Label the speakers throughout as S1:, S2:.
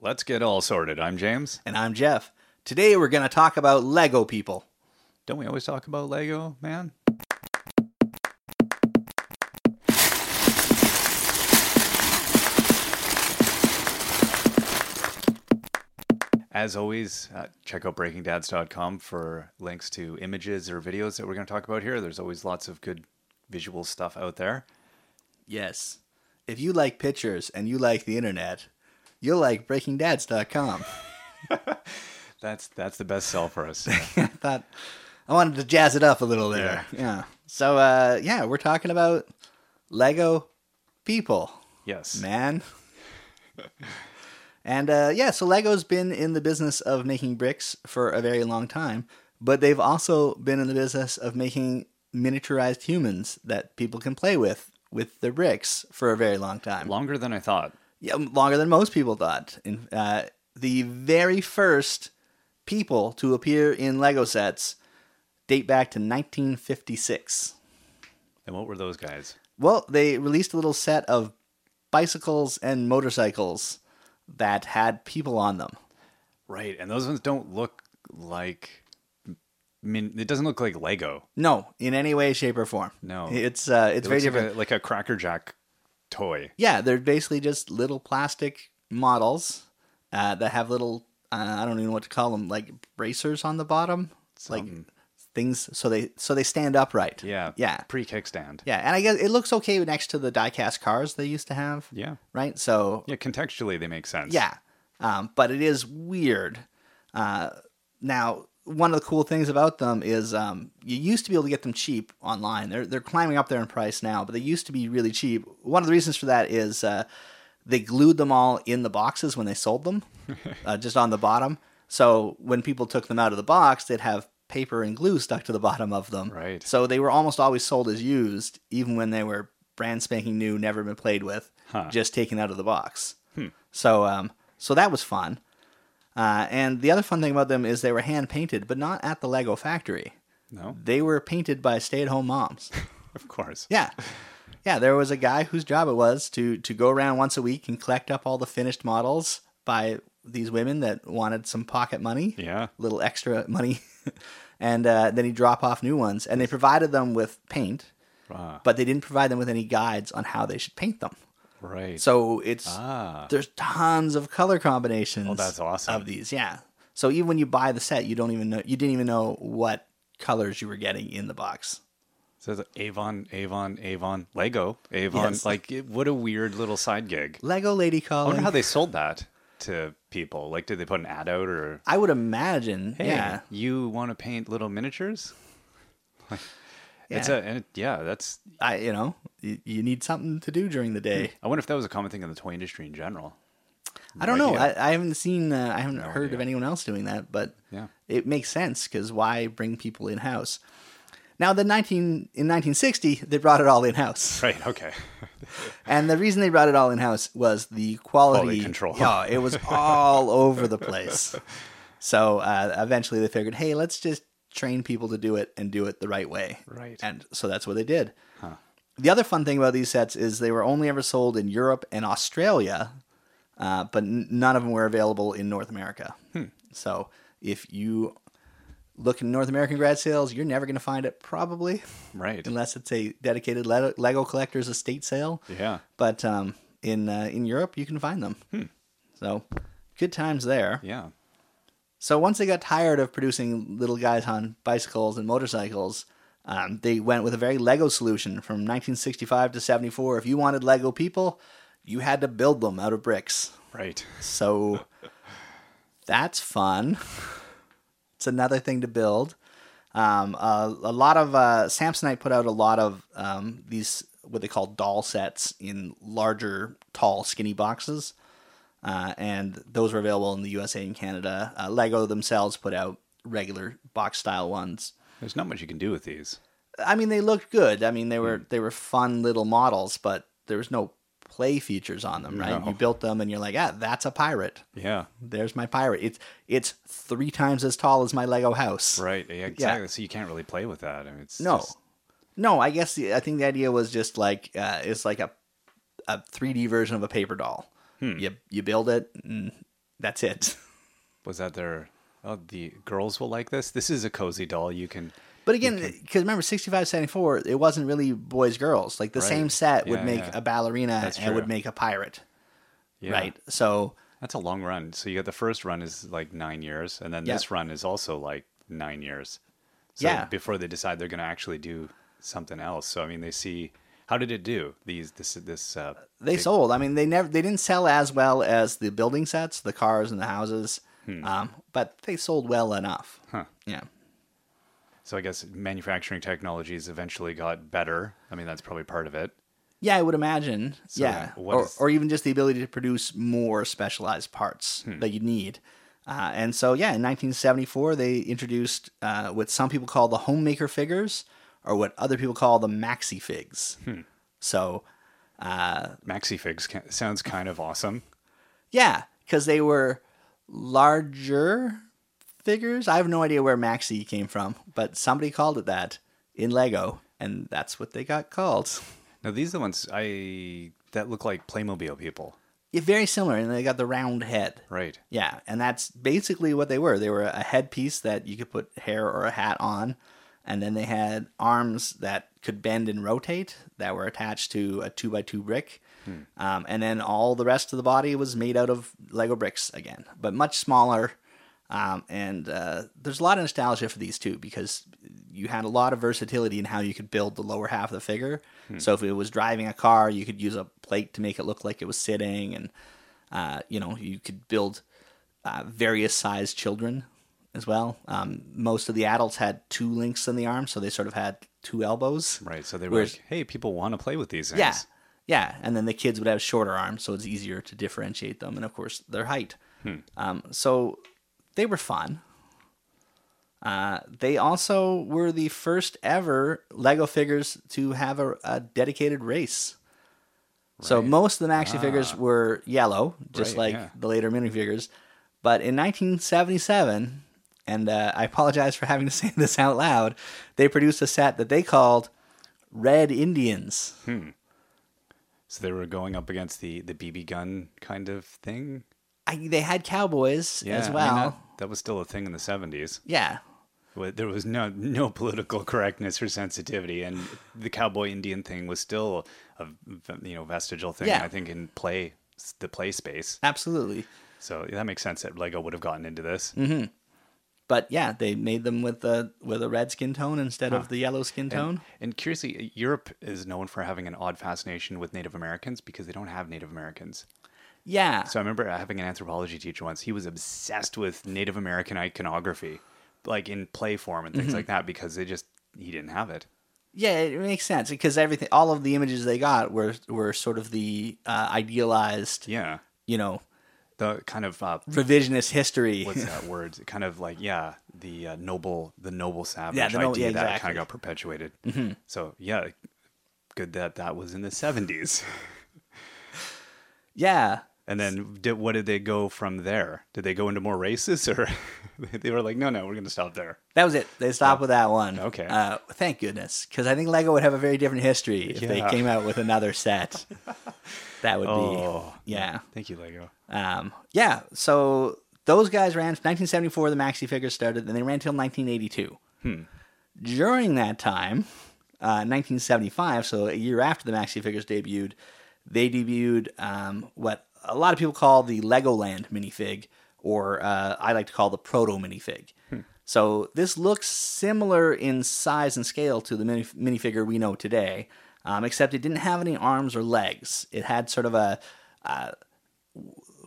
S1: Let's get all sorted. I'm James.
S2: And I'm Jeff. Today we're going to talk about Lego people.
S1: Don't we always talk about Lego, man? As always, uh, check out breakingdads.com for links to images or videos that we're going to talk about here. There's always lots of good visual stuff out there.
S2: Yes. If you like pictures and you like the internet, you'll like breakingdads.com.
S1: That's that's the best sell for us.
S2: I thought I wanted to jazz it up a little there. Yeah. So uh yeah, we're talking about Lego people,
S1: yes.
S2: man. and uh yeah, so Lego's been in the business of making bricks for a very long time, but they've also been in the business of making miniaturized humans that people can play with with their bricks for a very long time.
S1: Longer than I thought.
S2: Yeah, longer than most people thought. In, uh, the very first people to appear in Lego sets date back to 1956.
S1: And what were those guys?
S2: Well, they released a little set of bicycles and motorcycles that had people on them.
S1: Right, and those ones don't look like. I mean, it doesn't look like Lego.
S2: No, in any way, shape, or form.
S1: No.
S2: it's uh, it's
S1: It
S2: very
S1: looks like
S2: different.
S1: a, like a Cracker Jack toy.
S2: yeah, they're basically just little plastic models uh, that have little uh, I don't even know what to call them, like bracers on the bottom, like things so they so they stand upright.
S1: Yeah.
S2: yeah,
S1: Pre kickstand.
S2: yeah. And I guess it looks okay next to the diecast cars they used to have,
S1: Yeah.
S2: right? So
S1: Yeah. Contextually, they make sense.
S2: yeah, um, but it is weird. Uh, now, one of the cool things about them is um, you used to be able to get them cheap online. They're they're climbing up there in price now, but they used to be really cheap. One of the reasons for that is uh, they glued them all in the boxes when they sold them, uh, just on the bottom. So when people took them out of the box, they'd have paper and glue stuck to the bottom of them.
S1: Right.
S2: So they were almost always sold as used, even when they were brand spanking new, never been played with, just taken out of the box. So um, so that was fun. Uh, and the other fun thing about them is they were hand painted, but not at the Lego factory.
S1: No,
S2: They were painted by stay at home moms.
S1: of course.
S2: Yeah. Yeah, there was a guy whose job it was to to go around once a week and collect up all the finished models by these women that wanted some pocket money.
S1: Yeah.
S2: Little extra money. and uh, then he'd drop off new ones. And they provided them with paint,
S1: Ah,
S2: but they didn't provide them with any guides on how they should paint them.
S1: right.
S2: So it's
S1: ah,
S2: there's tons of color combinations. Oh,
S1: that's awesome.
S2: Of these, yeah. So even when you buy the set, you don't even know you didn't even know what colors you were getting in the box.
S1: so it's Avon, Avon, Avon, Lego, Avon.
S2: Yes.
S1: Like, it- what a weird little side gig.
S2: Lego Lady
S1: I wonder
S2: Calling.
S1: how they sold that to people. Like, did they put an ad out or?
S2: I would imagine,
S1: Hey,
S2: yeah,
S1: You want to paint little miniatures? It's
S2: Yeah.
S1: a and it, yeah. That's.
S2: I you know you, you need something to do during the day.
S1: I wonder if that was a common thing in the toy industry in general.
S2: I don't know.
S1: Mm, idea.
S2: I, I haven't seen, uh, I haven't heard of
S1: idea.
S2: anyone else doing that, but
S1: Yeah.
S2: it makes sense because why bring people in house? Now, the 19 in 1960, they brought it all in house.
S1: Right. Okay.
S2: And the reason they brought it all in house was the quality,
S1: Quality control.
S2: Yeah, it was all over the place. So uh, eventually they figured, hey, let's just train people to do it and do it the right way.
S1: Right.
S2: And so that's what they did. The other fun thing about these sets is they were only ever sold in Europe and Australia, uh, but n- none of them were available in North America.
S1: Hmm.
S2: So if you look in North American grad sales, you're never going to find it probably,
S1: Right.
S2: unless it's a dedicated Le- Lego collector's estate sale
S1: Yeah.
S2: but um, in uh, in Europe you can find them. So good times there.
S1: Yeah.
S2: So once they got tired of producing little guys on bicycles and motorcycles, um, they went with a very Lego solution from 1965 to 74. If you wanted Lego people, you had to build them out of bricks.
S1: Right.
S2: So that's fun. It's another thing to build. Um, uh, a lot of uh, Samsonite put out a lot of um, these what they call doll sets in larger, tall, skinny boxes, uh, and those were available in the USA and Canada. Uh, Lego themselves put out regular box style ones.
S1: There's not much you can do with these.
S2: I mean, they looked good. I mean, they were they were fun little models, but there was no play features on them, right?
S1: No.
S2: You built them, and you're like, ah, that's a pirate
S1: Yeah.
S2: there's my pirate. It's it's three times as tall as my Lego house.
S1: Right. Yeah, exactly. So you can't really play with that. I mean, it's
S2: No,
S1: just-
S2: no. I guess the, I think the idea was just like uh,
S1: Hmm.
S2: it's like a a 3D version of a paper doll. You you build it, and That's it.
S1: Was that their? Oh, the girls will like this. This is a cozy doll. You can.
S2: But again, because remember, 65, 74, it wasn't really boys, girls. Like the
S1: Right.
S2: same set would
S1: Yeah,
S2: make
S1: yeah.
S2: a ballerina
S1: That's
S2: and would
S1: true.
S2: make a pirate,
S1: Yeah.
S2: right? So,
S1: That's a long run. So you got the first run is like nine years, and then
S2: Yeah.
S1: this run is also like nine years. So
S2: Yeah.
S1: Before they decide they're going to actually do something else. So I mean, they see how did it do? These this this uh,
S2: they sold. I mean, they never they didn't sell as well as the building sets, the cars and the houses, um, but they sold well enough.
S1: Hmm. Huh.
S2: Yeah,
S1: So I guess manufacturing technologies eventually got better. I mean, that's probably part of it.
S2: yeah, I would imagine.
S1: So
S2: yeah,
S1: then what
S2: or
S1: is-
S2: or even just the ability to produce more specialized parts
S1: Hmm.
S2: that you need. Uh, and so, yeah, in 1974, they introduced uh, what some people call the homemaker figures, or what other people call the maxi figs.
S1: Hmm.
S2: So,
S1: Maxi figs ca- sounds kind of awesome.
S2: yeah, because they were larger figures. I have no idea where maxi came from, but somebody called it that in Lego, and that's what they got called.
S1: Now these are the ones I that look like Playmobil people,
S2: Yeah, very similar, and they got the round head.
S1: right?
S2: Yeah, and that's basically what they were. They were a headpiece that you could put hair or a hat on, and then they had arms that could bend and rotate that were attached to a two by two brick. Um, and then all the rest of the body was made out of Lego bricks again, but much smaller. Um, and uh, there's a lot of nostalgia for these two because you had a lot of versatility in how you could build the lower half of the figure. So if it was driving a car, you could use a plate to make it look like it was sitting, and uh, you know you could build uh, various sized children as well. Um, most of the adults had two links in the arm, so they sort of had two elbows.
S1: Right. So they were
S2: Whereas-
S1: like, "Hey, people want to play with these things."
S2: Yeah. Yeah. And then the kids would have shorter arms, so it's easier to differentiate them. And of course, their height.
S1: Hmm.
S2: Um, so they were fun. Uh, they also were the first ever Lego figures to have a, a dedicated race. So most of the maxi figures were yellow, just
S1: Right,
S2: like
S1: Ah. yeah.
S2: the later minifigures. But in 1977, and uh, I apologize for having to say this out loud, they produced a set that they called Red Indians.
S1: So they were going up against the the BB gun kind of thing.
S2: I, they had cowboys
S1: Yeah.
S2: as
S1: I mean,
S2: well.
S1: that, that was still a thing in the seventies.
S2: yeah,
S1: Wa- There was no no political correctness or sensitivity, and the cowboy Indian thing was still a v- you know vestigial thing.
S2: Yeah.
S1: I think in play s- the play space.
S2: absolutely.
S1: So that makes sense that Lego would have gotten into this.
S2: Mm-hmm. But yeah, they made them with a with a red skin tone instead of the yellow skin tone.
S1: And curiously, uh, Europe is known for having an odd fascination with Native Americans because they don't have Native Americans.
S2: yeah,
S1: So I remember having an anthropology teacher once. He was obsessed with Native American iconography, like in play form and things
S2: Mm-hmm.
S1: like that, because they just he didn't have it.
S2: yeah, it makes sense because everything, all of the images they got were were sort of the uh, idealized,
S1: Yeah,
S2: you know,
S1: the kind of uh,
S2: revisionist history.
S1: what's that word? Kind of like yeah, the uh, noble, the noble savage
S2: Yeah, the noble-
S1: idea
S2: yeah,
S1: that
S2: exactly.
S1: kind
S2: Mm-hmm.
S1: of got perpetuated. So yeah, good that that was in the seventies.
S2: yeah,
S1: And then did, what did they go from there? Did they go into more races or they were like, no, no, we're going to stop there.
S2: that was it. They stopped with that one.
S1: Oh, Okay.
S2: uh, thank goodness because I think Lego would have a very different history if they
S1: Yeah.
S2: came out with another set. that would
S1: Oh,
S2: be yeah.
S1: Thank you, Lego.
S2: Um, yeah, so those guys ran from 1974. The maxi figures started, and they ran till 1982. During that time, uh, 1975, so a year after the maxi figures debuted, they debuted um, what a lot of people call the Legoland minifig, or uh, I like to call the proto minifig. So this looks similar in size and scale to the mini- minifigure we know today, um, except it didn't have any arms or legs. It had sort of a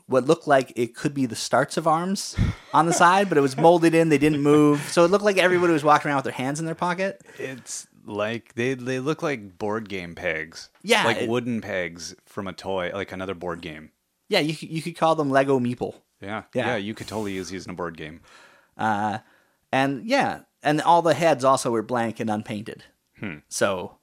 S2: what looked like it could be the starts of arms on the side, but it was molded in. They didn't move, so it looked like everybody was walking around with their hands in their pocket.
S1: It's like they they look like board game pegs.
S2: Yeah,
S1: Like
S2: it-
S1: wooden pegs from a toy, like another board game.
S2: Yeah, you could- you could call them Lego Meeple,
S1: Yeah.
S2: Yeah.
S1: Yeah. you could totally use these in a board game.
S2: and yeah, and all the heads also were blank and unpainted. So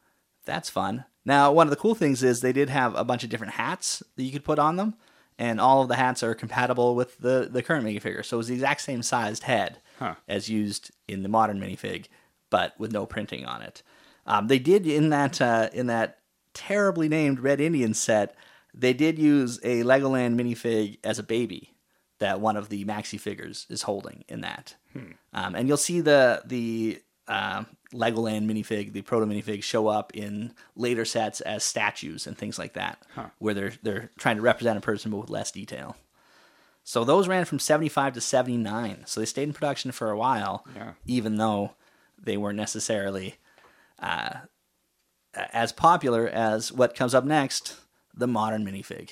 S2: that's fun. Now, one of the cool things is they did have a bunch of different hats that you could put on them, and all of the hats are compatible with the the current minifigure. So it was the exact same sized head
S1: Huh.
S2: as used in the modern minifig, but with no printing on it. Um, they did in that uh, in that terribly named Red Indian set. They did use a Legoland minifig as a baby, that one of the maxi figures is holding in that. Um, and you'll see the the uh, Legoland minifig, the proto minifig, show up in later sets as statues and things like that, where they're they're trying to represent a person but with less detail. So those ran from 75 to 79. So they stayed in production for a while,
S1: Yeah.
S2: even though they weren't necessarily uh, as popular as what comes up next, the modern minifig.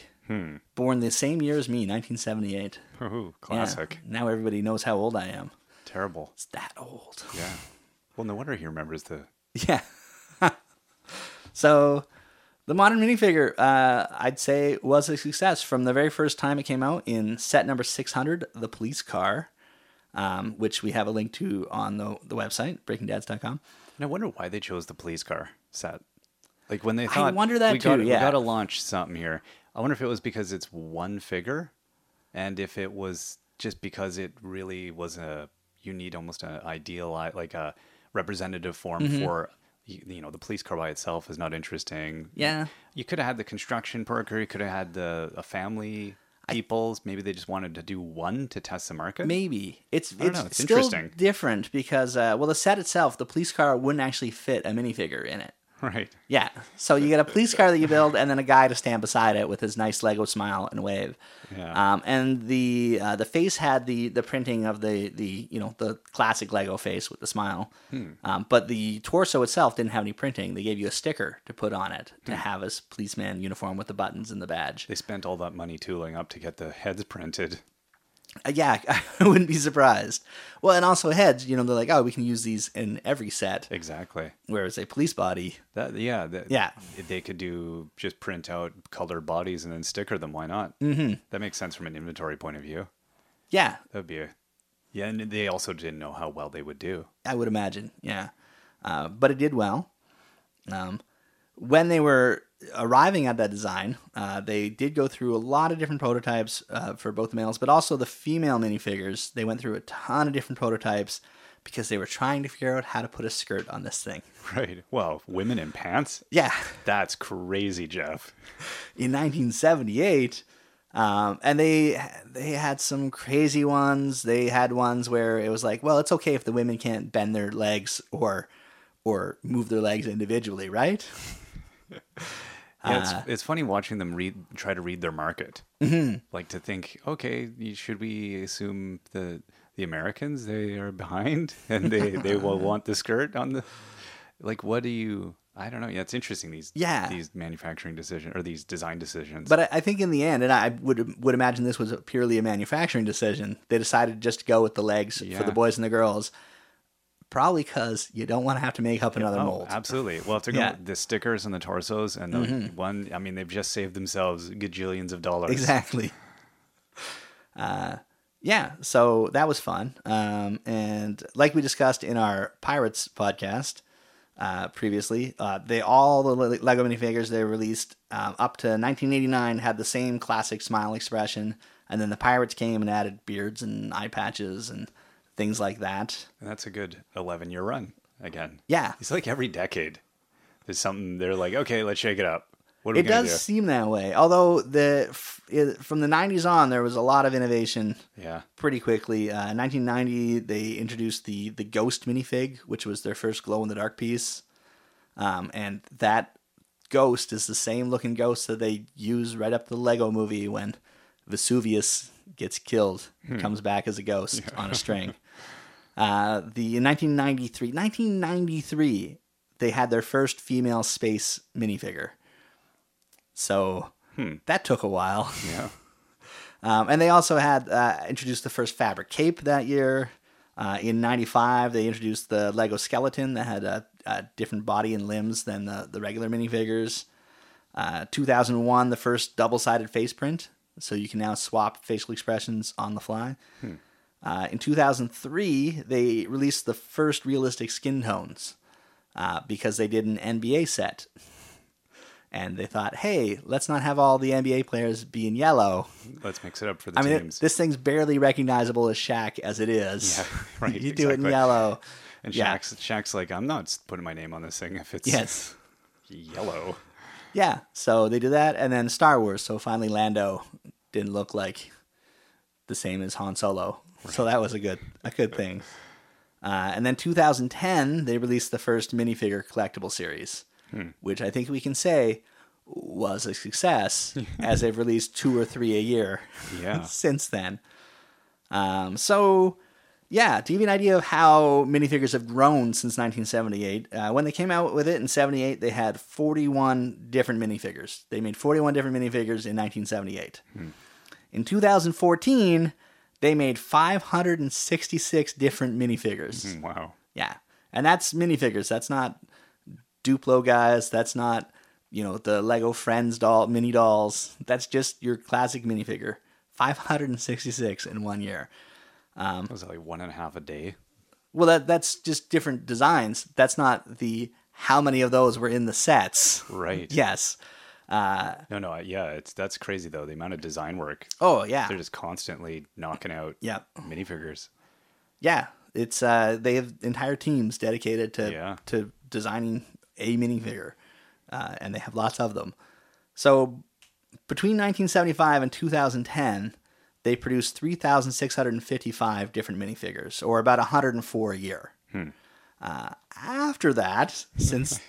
S2: Born the same year as me, 1978.
S1: Ooh,
S2: Yeah.
S1: classic.
S2: Now everybody knows how old I am.
S1: Terrible.
S2: It's that old.
S1: Yeah. Well, no wonder he remembers the.
S2: Yeah. so the modern minifigure, uh, I'd say, was a success from the very first time it came out in set number 600, The Police Car, um, which we have a link to on the, the website, breakingdads.com.
S1: And I wonder why they chose the police car set. Like when they
S2: I
S1: thought,
S2: wonder that
S1: we got,
S2: too,
S1: We
S2: yeah.
S1: got to launch something here. I wonder if it was because it's one figure, and if it was just because it really was a you need almost an ideal like a representative form
S2: Mm-hmm.
S1: for you you know the police car by itself is not interesting.
S2: Yeah.
S1: you could have had the construction worker. You could have had the a family peoples. Maybe they just wanted to do one to test the market.
S2: Maybe it's
S1: don't
S2: it's,
S1: know, it's
S2: still
S1: interesting.
S2: different because uh, well, the set itself, the police car wouldn't actually fit a minifigure in it.
S1: right?
S2: Yeah. So you get a police car that you build, and then a guy to stand beside it with his nice Lego smile and wave.
S1: Yeah.
S2: Um, and the uh, the face had the the printing of the the you know the classic Lego face with the smile, um, but the torso itself didn't have any printing. They gave you a sticker to put on it to have his policeman uniform with the buttons and the badge.
S1: They spent all that money tooling up to get the heads printed.
S2: Uh, yeah, I wouldn't be surprised. Well, and also heads. You know, they're like, oh, we can use these in every set.
S1: Exactly.
S2: Whereas a police body,
S1: That yeah that,
S2: Yeah.
S1: They could do just print out colored bodies and then sticker them. Why not? Mm-hmm. That makes sense from an inventory point of view.
S2: yeah,
S1: That'd be a, yeah. And they also didn't know how well they would do.
S2: I would imagine, yeah. Uh, but it did well. Um, when they were arriving at that design, uh, they did go through a lot of different prototypes uh, for both the males, but also the female minifigures. They went through a ton of different prototypes because they were trying to figure out how to put a skirt on this thing.
S1: Right. Well, women in pants.
S2: Yeah,
S1: That's crazy, Jeff.
S2: in 1978. Um, and they they had some crazy ones. They had ones where it was like, well, it's okay if the women can't bend their legs or or move their legs individually, right?
S1: Yeah,
S2: Uh,
S1: it's, it's funny watching them read try to read their market.
S2: Mm-hmm.
S1: Like to think, okay, you- should we assume the the Americans they are behind and they they will want the skirt on the like what do you I don't know. Yeah, it's interesting these
S2: Yeah.
S1: these manufacturing decision or these design decisions.
S2: But I, I think in the end, and I would would imagine this was purely a manufacturing decision. They decided just to go with the legs for
S1: Yeah.
S2: the boys and the girls, probably because you don't want to have to make up another
S1: Oh,
S2: mold.
S1: absolutely. Well, to go
S2: Yeah. Mm-hmm.
S1: the stickers and the torsos and the one, I mean, they've just saved themselves gajillions of dollars.
S2: Exactly. Uh, yeah, so that was fun. Um, and like we discussed in our Pirates podcast uh, previously, uh, they all the Le- Lego minifigures they released um, up to 1989 had the same classic smile expression, and then the Pirates came and added beards and eye patches and things like that.
S1: And that's a good 11 year run again.
S2: Yeah.
S1: It's like every decade, there's something they're like, okay, let's shake it up. What are
S2: It
S1: we going
S2: does
S1: to do?
S2: seem that way. Although the f- it, from the 90s on, there was a lot of innovation
S1: Yeah.
S2: pretty quickly. Uh, in 1990, they introduced the the Ghost minifig, which was their first glow in the dark piece, um, and that ghost is the same looking ghost that they use right up the Lego Movie when Vesuvius gets killed, comes back as a ghost on a string. Uh, the in 1993, 1993, they had their first female space minifigure. So that took a while.
S1: Yeah.
S2: Um, and they also had uh, introduced the first fabric cape that year. Uh, in '95, they introduced the Lego skeleton that had a, a different body and limbs than the, the regular minifigures. Uh, 2001, the first double sided face print. So you can now swap facial expressions on the fly. Uh, in 2003, they released the first realistic skin tones uh, because they did an NBA set. And they thought, hey, let's not have all the NBA players be in yellow.
S1: Let's mix it up for the
S2: I mean, it,
S1: teams.
S2: this thing's barely recognizable as Shaq as it is.
S1: Yeah, right,
S2: you do it in
S1: exactly.
S2: yellow.
S1: and
S2: yeah.
S1: Shaq's, Shaq's like, I'm not putting my name on this thing if it's
S2: Yes.
S1: yellow.
S2: Yeah. So they do that, and then Star Wars. So finally, Lando didn't look like the same as Han Solo. So that was a good a good thing. Uh, and then 2010, they released the first minifigure collectible series,
S1: Hmm.
S2: which I think we can say was a success, as they've released two or three a year
S1: Yeah.
S2: since then. Um, so, yeah, to give you an idea of how minifigures have grown since 1978, uh, when they came out with it in 78, they had 41 different minifigures. They made 41 different minifigures in 1978. In 2014, they made 566 different minifigures.
S1: Wow.
S2: Yeah. And that's minifigures. That's not Duplo guys. That's not, you know, the Lego Friends doll, mini dolls. That's just your classic minifigure. 566 in one year. Um,
S1: That was like one and a half a day.
S2: Well, that that's just different designs. That's not the how many of those were in the sets.
S1: Right.
S2: Yes.
S1: No, no. I- Yeah. It's that's crazy though. The amount of design work.
S2: Oh, yeah.
S1: They're just constantly knocking out
S2: Yeah.
S1: minifigures.
S2: Yeah. It's uh they have entire teams dedicated to
S1: Yeah.
S2: to designing a minifigure. Uh, and they have lots of them. So between 1975 and 2010, they produced 3,655 different minifigures, or about 104 a year. Uh, after that, since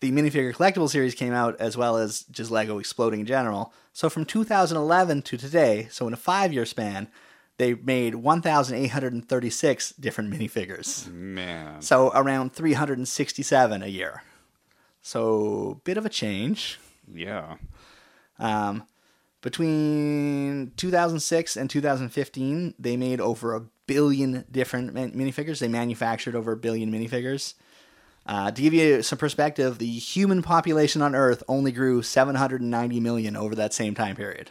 S2: the minifigure collectible series came out, as well as just Lego exploding in general, so from 2011 to today, so in a five year span, they made 1,836 different minifigures.
S1: Mm-hmm. Man.
S2: So around 367 a year. So bit of a change.
S1: Yeah.
S2: Um, between 2006 and 2015, they made over a billion different min- minifigures. They manufactured over a billion minifigures. Uh, to give you some perspective, the human population on Earth only grew 790 million over that same time period.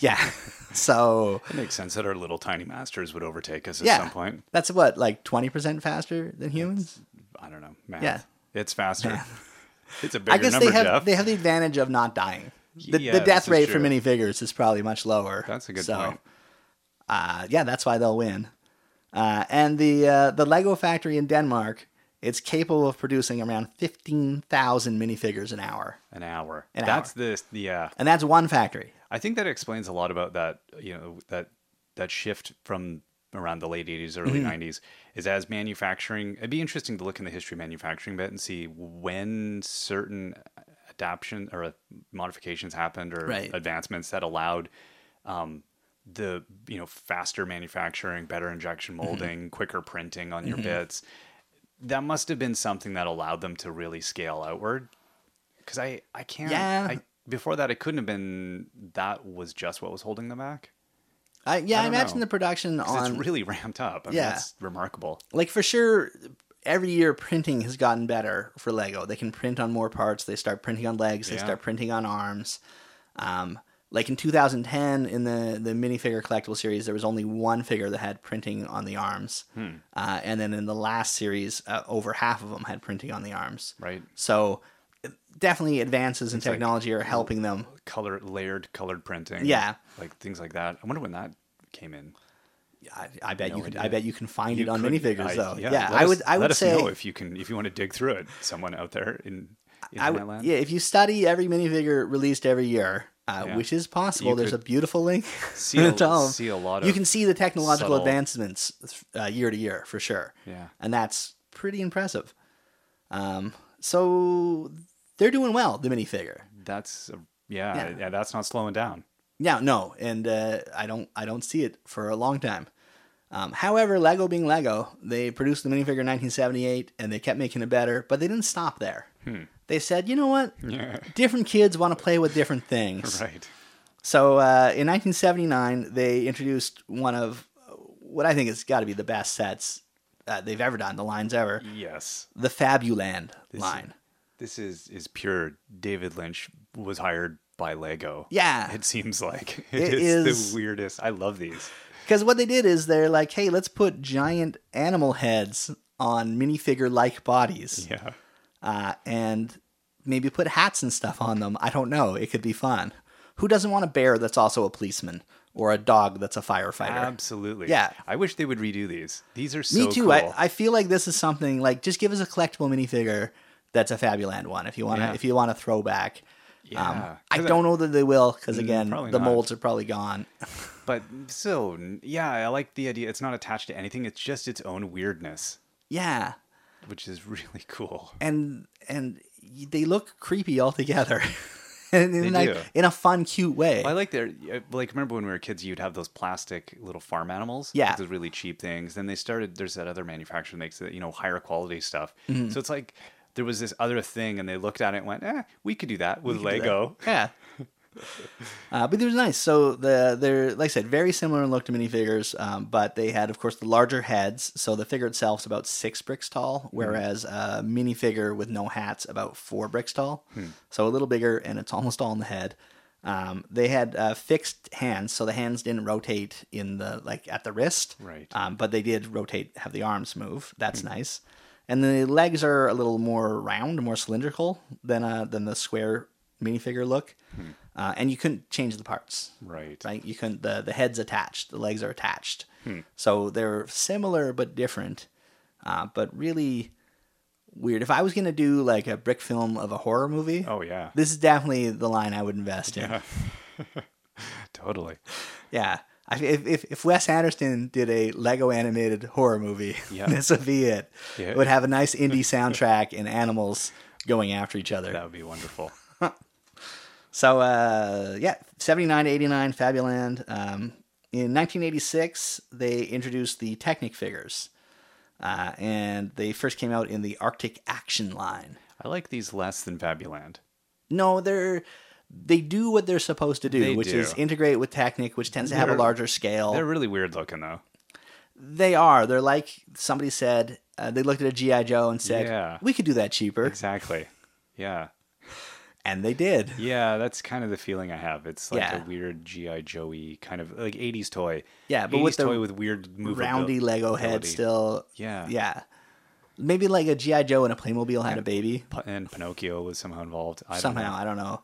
S2: Yeah. so
S1: It makes sense that our little tiny masters would overtake us at
S2: yeah,
S1: some point.
S2: that's what like 20% faster than humans.
S1: I don't know. Math.
S2: Yeah.
S1: It's faster. It's a bigger
S2: I guess
S1: number,
S2: they have
S1: Jeff.
S2: they have the advantage of not dying. The,
S1: Yeah,
S2: the
S1: this
S2: death
S1: is
S2: rate for
S1: true.
S2: minifigures is probably much lower.
S1: That's a good
S2: so,
S1: point.
S2: Uh, yeah, that's why they'll win. Uh, and the uh, the Lego factory in Denmark, it's capable of producing around fifteen thousand minifigures an hour,
S1: An hour.
S2: An
S1: that's
S2: hour.
S1: this. Yeah.
S2: and that's one factory.
S1: I think that explains a lot about that. You know that that shift from around the late '80s,
S2: Mm-hmm.
S1: early '90s is as manufacturing. It'd be interesting to look in the history of manufacturing bit and see when certain adaption or uh, modifications happened or
S2: Right.
S1: advancements that allowed um, the you know faster manufacturing, better injection
S2: Mm-hmm.
S1: molding, quicker printing on your bits. That must have been something that allowed them to really scale outward because I I can't.
S2: Yeah.
S1: I, before that, it couldn't have been. That was just what was holding them back.
S2: I, Uh, yeah,
S1: I
S2: I,
S1: don't
S2: imagine
S1: know.
S2: the production
S1: 'Cause
S2: on
S1: it's really ramped up. I mean,
S2: Yeah.
S1: that's remarkable.
S2: like for sure every year printing has gotten better for lego they can print on more parts they start printing on legs they
S1: Yeah.
S2: start printing on arms um, like in 2010 in the the minifigure collectible series there was only one figure that had printing on the arms uh, and then in the last series uh, over half of them had printing on the arms
S1: Right.
S2: so definitely advances in technology are helping them
S1: Color layered colored printing.
S2: Yeah.
S1: Like things like that. I wonder when that came in.
S2: i, I bet you could, i
S1: idea.
S2: bet you can find it on
S1: Could-
S2: minifigures
S1: I-
S2: though yeah,
S1: let
S2: i
S1: us-
S2: would i
S1: let
S2: would
S1: us
S2: say
S1: know if you can if you want to dig through it. Someone out there in, in
S2: I
S1: that
S2: would,
S1: land.
S2: yeah, if you study every minifigure released every year, uh,
S1: Yeah.
S2: which is possible,
S1: You
S2: there's a
S1: could
S2: beautiful link.
S1: see a-
S2: at all.
S1: see a lot
S2: You
S1: of
S2: can see the technological
S1: subtle-
S2: advancements uh, year to year for sure.
S1: Yeah.
S2: and that's pretty impressive. Um, so they're doing well, the minifigure.
S1: That's uh, yeah,
S2: Yeah.
S1: yeah. That's not slowing down.
S2: Yeah, no, and uh, I don't, I don't see it for a long time. Um, however, Lego being Lego, they produced the minifigure in 1978, and they kept making it better, but they didn't stop there.
S1: Hmm.
S2: They said, you know what?
S1: Yeah.
S2: Different kids want to play with different things.
S1: Right.
S2: So uh, in 1979, they introduced one of uh, what I think has got to be the best sets uh, they've ever done, the lines ever,
S1: Yes.
S2: the Fabuland line.
S1: This is is pure. David Lynch was hired by Lego.
S2: Yeah.
S1: It seems like
S2: It
S1: it is,
S2: is-
S1: the weirdest. I love these.
S2: Because what they did is they're like, hey, let's put giant animal heads on minifigure like bodies
S1: Yeah.
S2: uh, and maybe put hats and stuff on them. I don't know. It could be fun. Who doesn't want a bear that's also a policeman or a dog that's a firefighter?
S1: Um, Absolutely.
S2: Yeah.
S1: I wish they would redo these. These are so
S2: Me too.
S1: cool.
S2: I, I feel like this is something like just give us a collectible minifigure that's a Fabuland one if you wanna
S1: Yeah.
S2: if you wanna throw back. Um,
S1: Yeah.
S2: I
S1: 'Cause Mm,
S2: don't know that they will because again,
S1: probably
S2: the
S1: not.
S2: molds are probably gone.
S1: But still, n- yeah, I like the idea. It's not attached to anything. It's just its own weirdness,
S2: yeah,
S1: which is really cool.
S2: and and y- they look creepy altogether, and in,
S1: They
S2: like,
S1: do.
S2: in a fun, cute way.
S1: I like their uh, like. Remember when we were kids, you'd have those plastic little farm animals.
S2: Yeah.
S1: like those really cheap things. Then they started. There's that other manufacturer that makes that you know higher quality stuff.
S2: Mm-hmm.
S1: So it's like there was this other thing, and they looked at it and went, "Eh, we could do that with Lego."
S2: Yeah. Uh, but it was nice. So the they're like I said, very similar in look to minifigures, um, but they had, of course, the larger heads. So the figure itself is about six bricks tall,
S1: Hmm.
S2: whereas a minifigure with no hats about four bricks tall.
S1: Hmm.
S2: So a little bigger, and it's almost all in the head. Um, they had uh, fixed hands, so the hands didn't rotate in the like at the wrist,
S1: Right.
S2: Um, but they did rotate, have the arms move. That's
S1: Hmm.
S2: nice. And the legs are a little more round, more cylindrical than uh, than the square minifigure look.
S1: Hmm.
S2: Uh, and you couldn't change the parts,
S1: Right.
S2: right? You couldn't. The the head's attached, the legs are attached.
S1: Hmm.
S2: So they're similar but different, uh, but really weird. If I was gonna do like a brick film of a horror movie,
S1: Oh yeah,
S2: this is definitely the line I would invest in. Yeah,
S1: totally.
S2: I, if, if if Wes Anderson did a Lego animated horror movie,
S1: Yeah.
S2: this would be it.
S1: Yeah.
S2: It would have a nice indie soundtrack and animals going after each other.
S1: That would be wonderful.
S2: So uh, yeah, seventy nine to eighty nine, Fabuland. Um, in nineteen eighty six, they introduced the Technic figures, uh, and they first came out in the Arctic Action line.
S1: I like these less than Fabuland.
S2: No, they're they do what they're supposed to do,
S1: They
S2: which
S1: do.
S2: is integrate with Technic, which tends to have a
S1: They're-
S2: larger scale.
S1: They're really weird looking though.
S2: They are. They're like somebody said. Uh, they looked at a GI Joe and said,
S1: Yeah.
S2: "We could do that cheaper,"
S1: Exactly. Yeah.
S2: and they did.
S1: Yeah, that's kind of the feeling I have. It's like
S2: Yeah.
S1: a weird GI Joey kind of like 80s toy.
S2: Yeah, but
S1: 80s
S2: with the
S1: toy with weird movability.
S2: Roundy Lego head still.
S1: Yeah.
S2: Yeah. Maybe like a GI Joe and a Playmobil had a baby
S1: P- and Pinocchio was somehow involved. I
S2: somehow.
S1: Don't
S2: I don't know,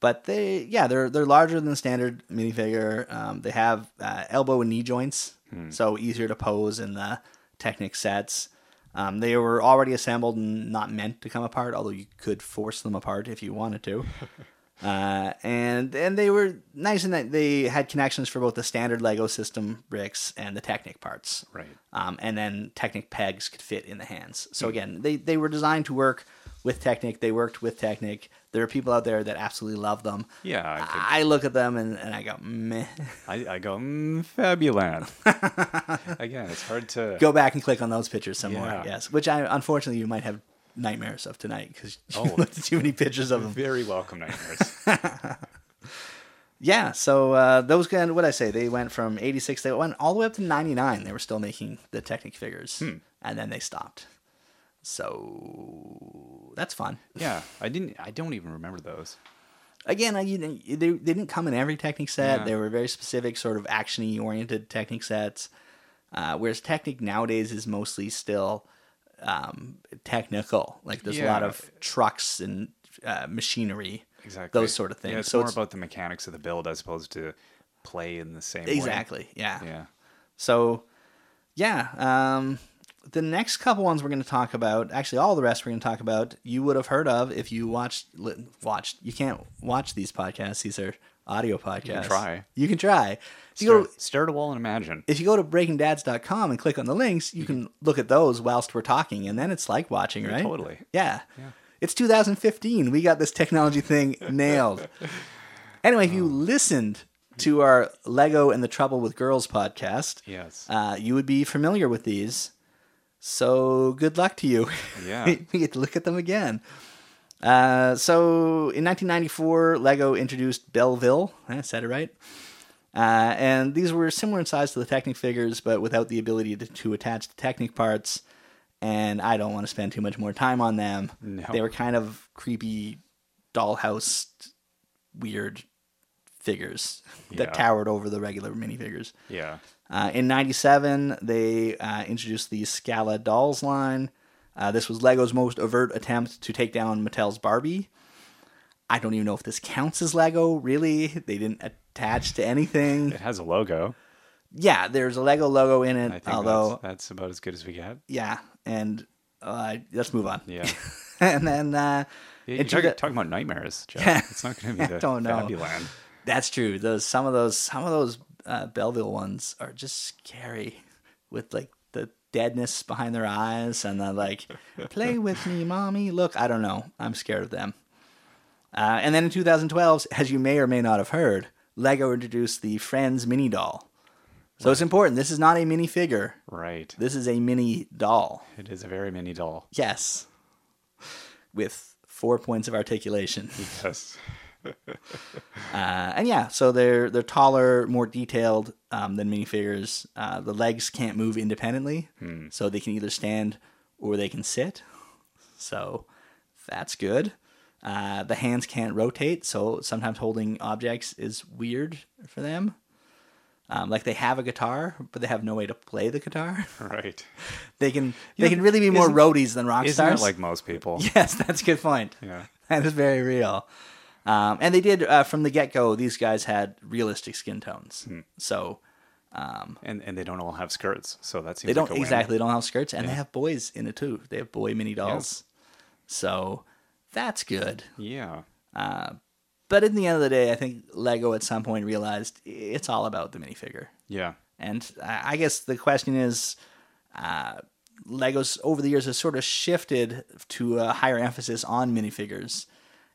S2: but they yeah they're they're larger than the standard minifigure. Um, they have uh, elbow and knee joints,
S1: Hmm.
S2: so easier to pose in the Technic sets. Um, they were already assembled and not meant to come apart, although you could force them apart if you wanted to. Uh, and and they were nice in that they had connections for both the standard Lego system bricks and the Technic parts.
S1: know. Right.
S2: Um, and then Technic pegs could fit in the hands.
S1: Hmm.
S2: So again, they, they were designed to work with Technic. They worked with Technic. There are people out there that absolutely love them.
S1: Yeah, I could-
S2: I, look at them and, and I go, meh.
S1: I, I go, mm, Fabuland. Again, it's hard to.
S2: Go back and click on those pictures some more.
S1: Yeah.
S2: Yes, which I unfortunately you might have nightmares of tonight because you
S1: Oh.
S2: looked at too many pictures of them.
S1: Very welcome nightmares.
S2: Yeah, so uh, those kind what I say, they went from 86, they went all the way up to 99. They were still making the Technic figures,
S1: Hmm.
S2: and then they stopped. So that's fun.
S1: yeah, I didn't. I don't even remember those.
S2: Again, I, you didn't- they, they didn't come in every Technic set.
S1: Yeah.
S2: They were very specific, sort of actiony oriented Technic sets. Uh, whereas Technic nowadays is mostly still um, technical. Like there's a lot
S1: Yeah.
S2: of trucks and uh, machinery,
S1: Exactly.
S2: those sort of things.
S1: Yeah, it's
S2: so
S1: more
S2: it's,
S1: about the mechanics of the build as opposed to play in the same way.
S2: exactly,
S1: Yeah.
S2: So, yeah, um, the next couple ones we're going to talk about, actually, all the rest we're going to talk about, you would have heard of if you watched. li- Watched. You can't watch these podcasts; these are audio podcasts. You
S1: try.
S2: You can try. If you
S1: Stare,
S2: go,
S1: stare at a wall and imagine.
S2: if you go to breakingdads.com and click on the links, you can look at those whilst we're talking, and then it's like watching, right?
S1: Totally.
S2: Yeah. It's 2015. We got this technology thing nailed. Anyway, if you listened to our Lego and the Trouble with Girls podcast,
S1: Yes.
S2: uh, you would be familiar with these. So good luck to you.
S1: Yeah.
S2: we get to look at them again. Uh, so in 1994, Lego introduced Belleville. Eh, I said it right. Uh, and these were similar in size to the Technic figures, but without the ability to, to attach the Technic parts. And I don't want to spend too much more time on them.
S1: No.
S2: They were kind of creepy, dollhouse, weird figures
S1: Yeah.
S2: that towered over the regular minifigures.
S1: yeah.
S2: Uh, in 97, they uh, introduced the Scala Dolls line. Uh, this was Lego's most overt attempt to take down Mattel's Barbie. I don't even know if this counts as Lego, really. They didn't attach to anything.
S1: It has a logo.
S2: Yeah, there's a Lego logo in
S1: I
S2: it,
S1: think
S2: although,
S1: that's, that's about as good as we get.
S2: yeah, and uh, let's move on.
S1: Yeah.
S2: and then uh,
S1: Yeah, you're
S2: it turned
S1: talking,
S2: out-
S1: talking about nightmares, Jeff.
S2: Yeah.
S1: It's not going to
S2: I
S1: be the
S2: don't know.
S1: Fabuland.
S2: That's true. Those some of those some of those uh, Belleville ones are just scary, with like the deadness behind their eyes and the like. Play with me, mommy. Look, I don't know. I'm scared of them. Uh, and then in 2012, as you may or may not have heard, Lego introduced the Friends mini doll. So it's important. This is not a mini figure.
S1: Right.
S2: This is a mini doll.
S1: It is a very mini doll.
S2: Yes, with four points of articulation.
S1: Yes.
S2: Uh, and yeah, so they're they're taller, more detailed um, than minifigures. Uh, the legs can't move independently,
S1: Hmm.
S2: so they can either stand or they can sit. So that's good. Uh, the hands can't rotate, so sometimes holding objects is weird for them. Um, like they have a guitar, but they have no way to play the guitar.
S1: Right.
S2: they can they
S1: know,
S2: can really be more
S1: isn't-
S2: roadies than rock
S1: Isn't
S2: stars.
S1: it like most people?
S2: Yes, that's a good point.
S1: Yeah.
S2: That is very real. Um, and they did, uh, from the get go, these guys had realistic skin tones.
S1: Hmm.
S2: So
S1: And and they don't all have skirts, so that seems
S2: they don't
S1: like a win.
S2: exactly they don't have skirts, and they have boys in it too. They have boy mini dolls. So that's good.
S1: Yeah.
S2: But in the end of the day, I think Lego at some point realized it's all about the minifigure.
S1: Yeah.
S2: And I I guess the question is, uh, Legos over the years has sort of shifted to a higher emphasis on minifigures,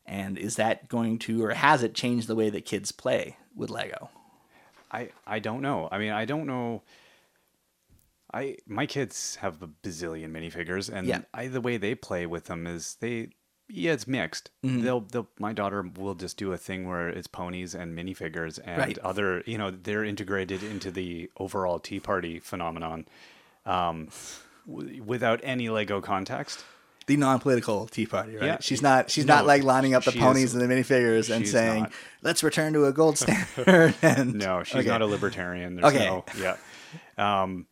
S2: and is that going to or has it changed the way that kids play with Lego?
S1: I I don't know. I mean, I don't know. I my kids have a bazillion minifigures, and
S2: Yeah.
S1: I, the way they play with them is they yeah, it's mixed.
S2: Mm-hmm.
S1: They'll they'll my daughter will just do a thing where it's ponies and minifigures and
S2: Right.
S1: other you know they're integrated into the overall Tea Party phenomenon, um, w- without any Lego context.
S2: The non-political Tea Party, right?
S1: Yeah.
S2: She's not. She's not
S1: No,
S2: like lining up the
S1: she
S2: ponies
S1: is-
S2: and the minifigures and
S1: she's
S2: saying,
S1: not.
S2: "Let's return to a gold standard." and
S1: No, she's
S2: Okay.
S1: not a libertarian. There's
S2: Okay.
S1: no yeah. Um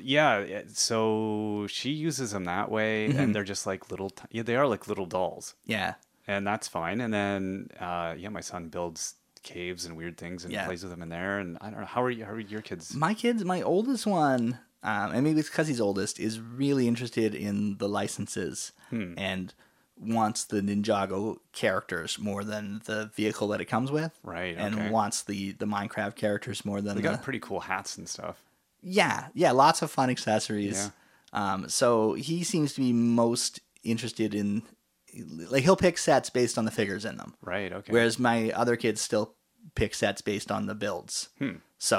S1: yeah, yeah, so she uses them that way
S2: Mm-hmm.
S1: and they're just like little t- yeah, they are like little dolls.
S2: Yeah,
S1: And that's fine. And then uh yeah, my son builds caves and weird things and
S2: Yeah.
S1: plays with them in there and I don't know how are you how are your kids
S2: my kids, my oldest one, um, and maybe it's because he's oldest, is really interested in the licenses
S1: Hmm.
S2: and wants the Ninjago characters more than the vehicle that it comes with.
S1: Right, okay.
S2: And wants the the Minecraft characters more than
S1: they
S2: the
S1: got pretty cool hats and stuff.
S2: yeah yeah lots of fun accessories. Um, so he seems to be most interested in like he'll pick sets based on the figures in them.
S1: Right, okay.
S2: Whereas my other kids still pick sets based on the builds.
S1: Hmm.
S2: So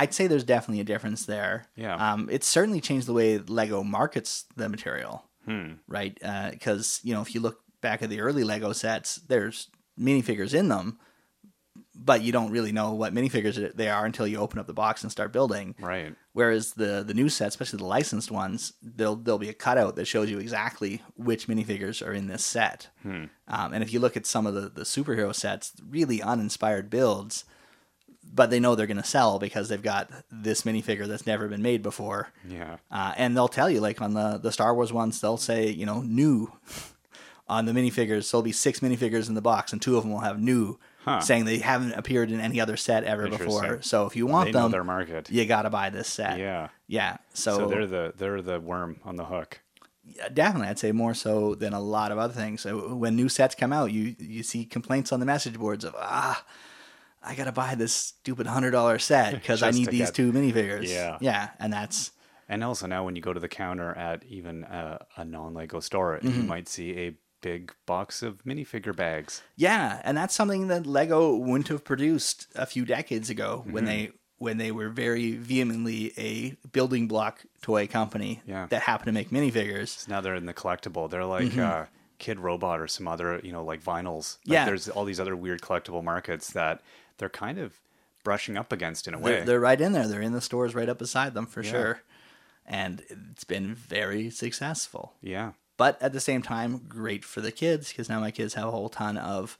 S2: I'd say there's definitely a difference there.
S1: Yeah.
S2: Um, it's certainly changed the way Lego markets the material,
S1: Hmm,
S2: right? Because, you know, if you look back at the early Lego sets, there's minifigures in them, but you don't really know what minifigures they are until you open up the box and start building.
S1: right.
S2: Whereas the the new sets, especially the licensed ones, there'll there'll be a cutout that shows you exactly which minifigures are in this set.
S1: Hmm.
S2: Um, and if you look at some of the the superhero sets, really uninspired builds, but they know they're going to sell because they've got this minifigure that's never been made before.
S1: Yeah.
S2: Uh, and they'll tell you, like on the the Star Wars ones, they'll say, you know, new on the minifigures. There'll be six minifigures in the box, and two of them will have new,
S1: Huh.
S2: saying they haven't appeared in any other set ever before.
S1: Interesting.
S2: So if you want
S1: They know
S2: them,
S1: their market.
S2: you got to buy this set.
S1: Yeah.
S2: Yeah. So,
S1: So they're the they're the worm on the hook.
S2: definitely, I'd say more so than a lot of other things. So when new sets come out, you you see complaints on the message boards of ah, I gotta buy this stupid hundred dollar set because I
S1: Just
S2: need
S1: to
S2: these
S1: get-
S2: two minifigures.
S1: Yeah.
S2: yeah, and that's
S1: And also now, when you go to the counter at even a, a non-Lego store, you
S2: Mm-hmm.
S1: might see a big box of minifigure bags.
S2: yeah, and that's something that Lego wouldn't have produced a few decades ago
S1: Mm-hmm.
S2: when they when they were very vehemently a building block toy company
S1: Yeah.
S2: that happened to make minifigures.
S1: So now they're in the collectible. They're like
S2: Mm-hmm.
S1: uh, Kid Robot or some other, you know, like vinyls. Like
S2: Yeah.
S1: There's all these other weird collectible markets that they're kind of brushing up against in a way.
S2: They're, they're right in there. They're in the stores right up beside them for
S1: Yeah.
S2: sure. And it's been very successful.
S1: yeah.
S2: But at the same time, great for the kids because now my kids have a whole ton of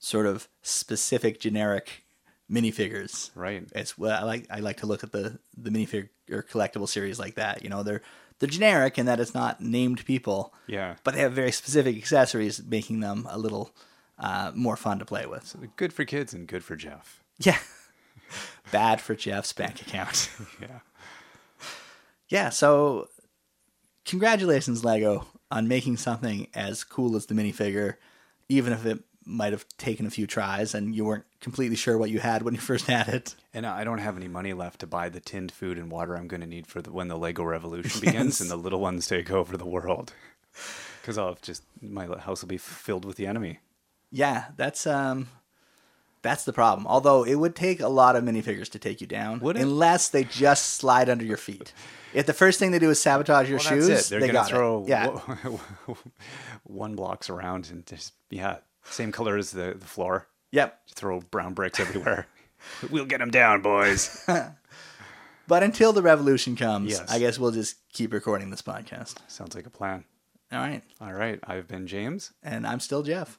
S2: sort of specific generic minifigures.
S1: Right.
S2: It's well, I like I like to look at the the minifigure collectible series like that. You know, they're they're generic in that it's not named people.
S1: Yeah.
S2: But they have very specific accessories, making them a little uh, more fun to play with.
S1: Good for kids and good for Jeff.
S2: Yeah. Bad for Jeff's bank account.
S1: Yeah.
S2: yeah, so congratulations, Lego, on making something as cool as the minifigure, even if it might have taken a few tries and you weren't completely sure what you had when you first had it.
S1: And I don't have any money left to buy the tinned food and water I'm going to need for the, when the Lego revolution begins and the little ones take over the world. Because I'll have just my house will be filled with the enemy.
S2: Yeah, that's um that's the problem. Although it would take a lot of minifigures to take you down,
S1: Would it?
S2: unless they just slide under your feet. If the first thing they do is sabotage your
S1: Well,
S2: shoes,
S1: That's it. They're
S2: they
S1: gonna
S2: got
S1: throw
S2: it. Yeah,
S1: one blocks around and just yeah, same color as the, the floor.
S2: yep.
S1: Just throw brown bricks everywhere. we'll get them down, boys.
S2: But until the revolution comes,
S1: Yes.
S2: I guess we'll just keep recording this podcast.
S1: Sounds like a plan.
S2: All right,
S1: All right, I've been James,
S2: and I'm still Jeff.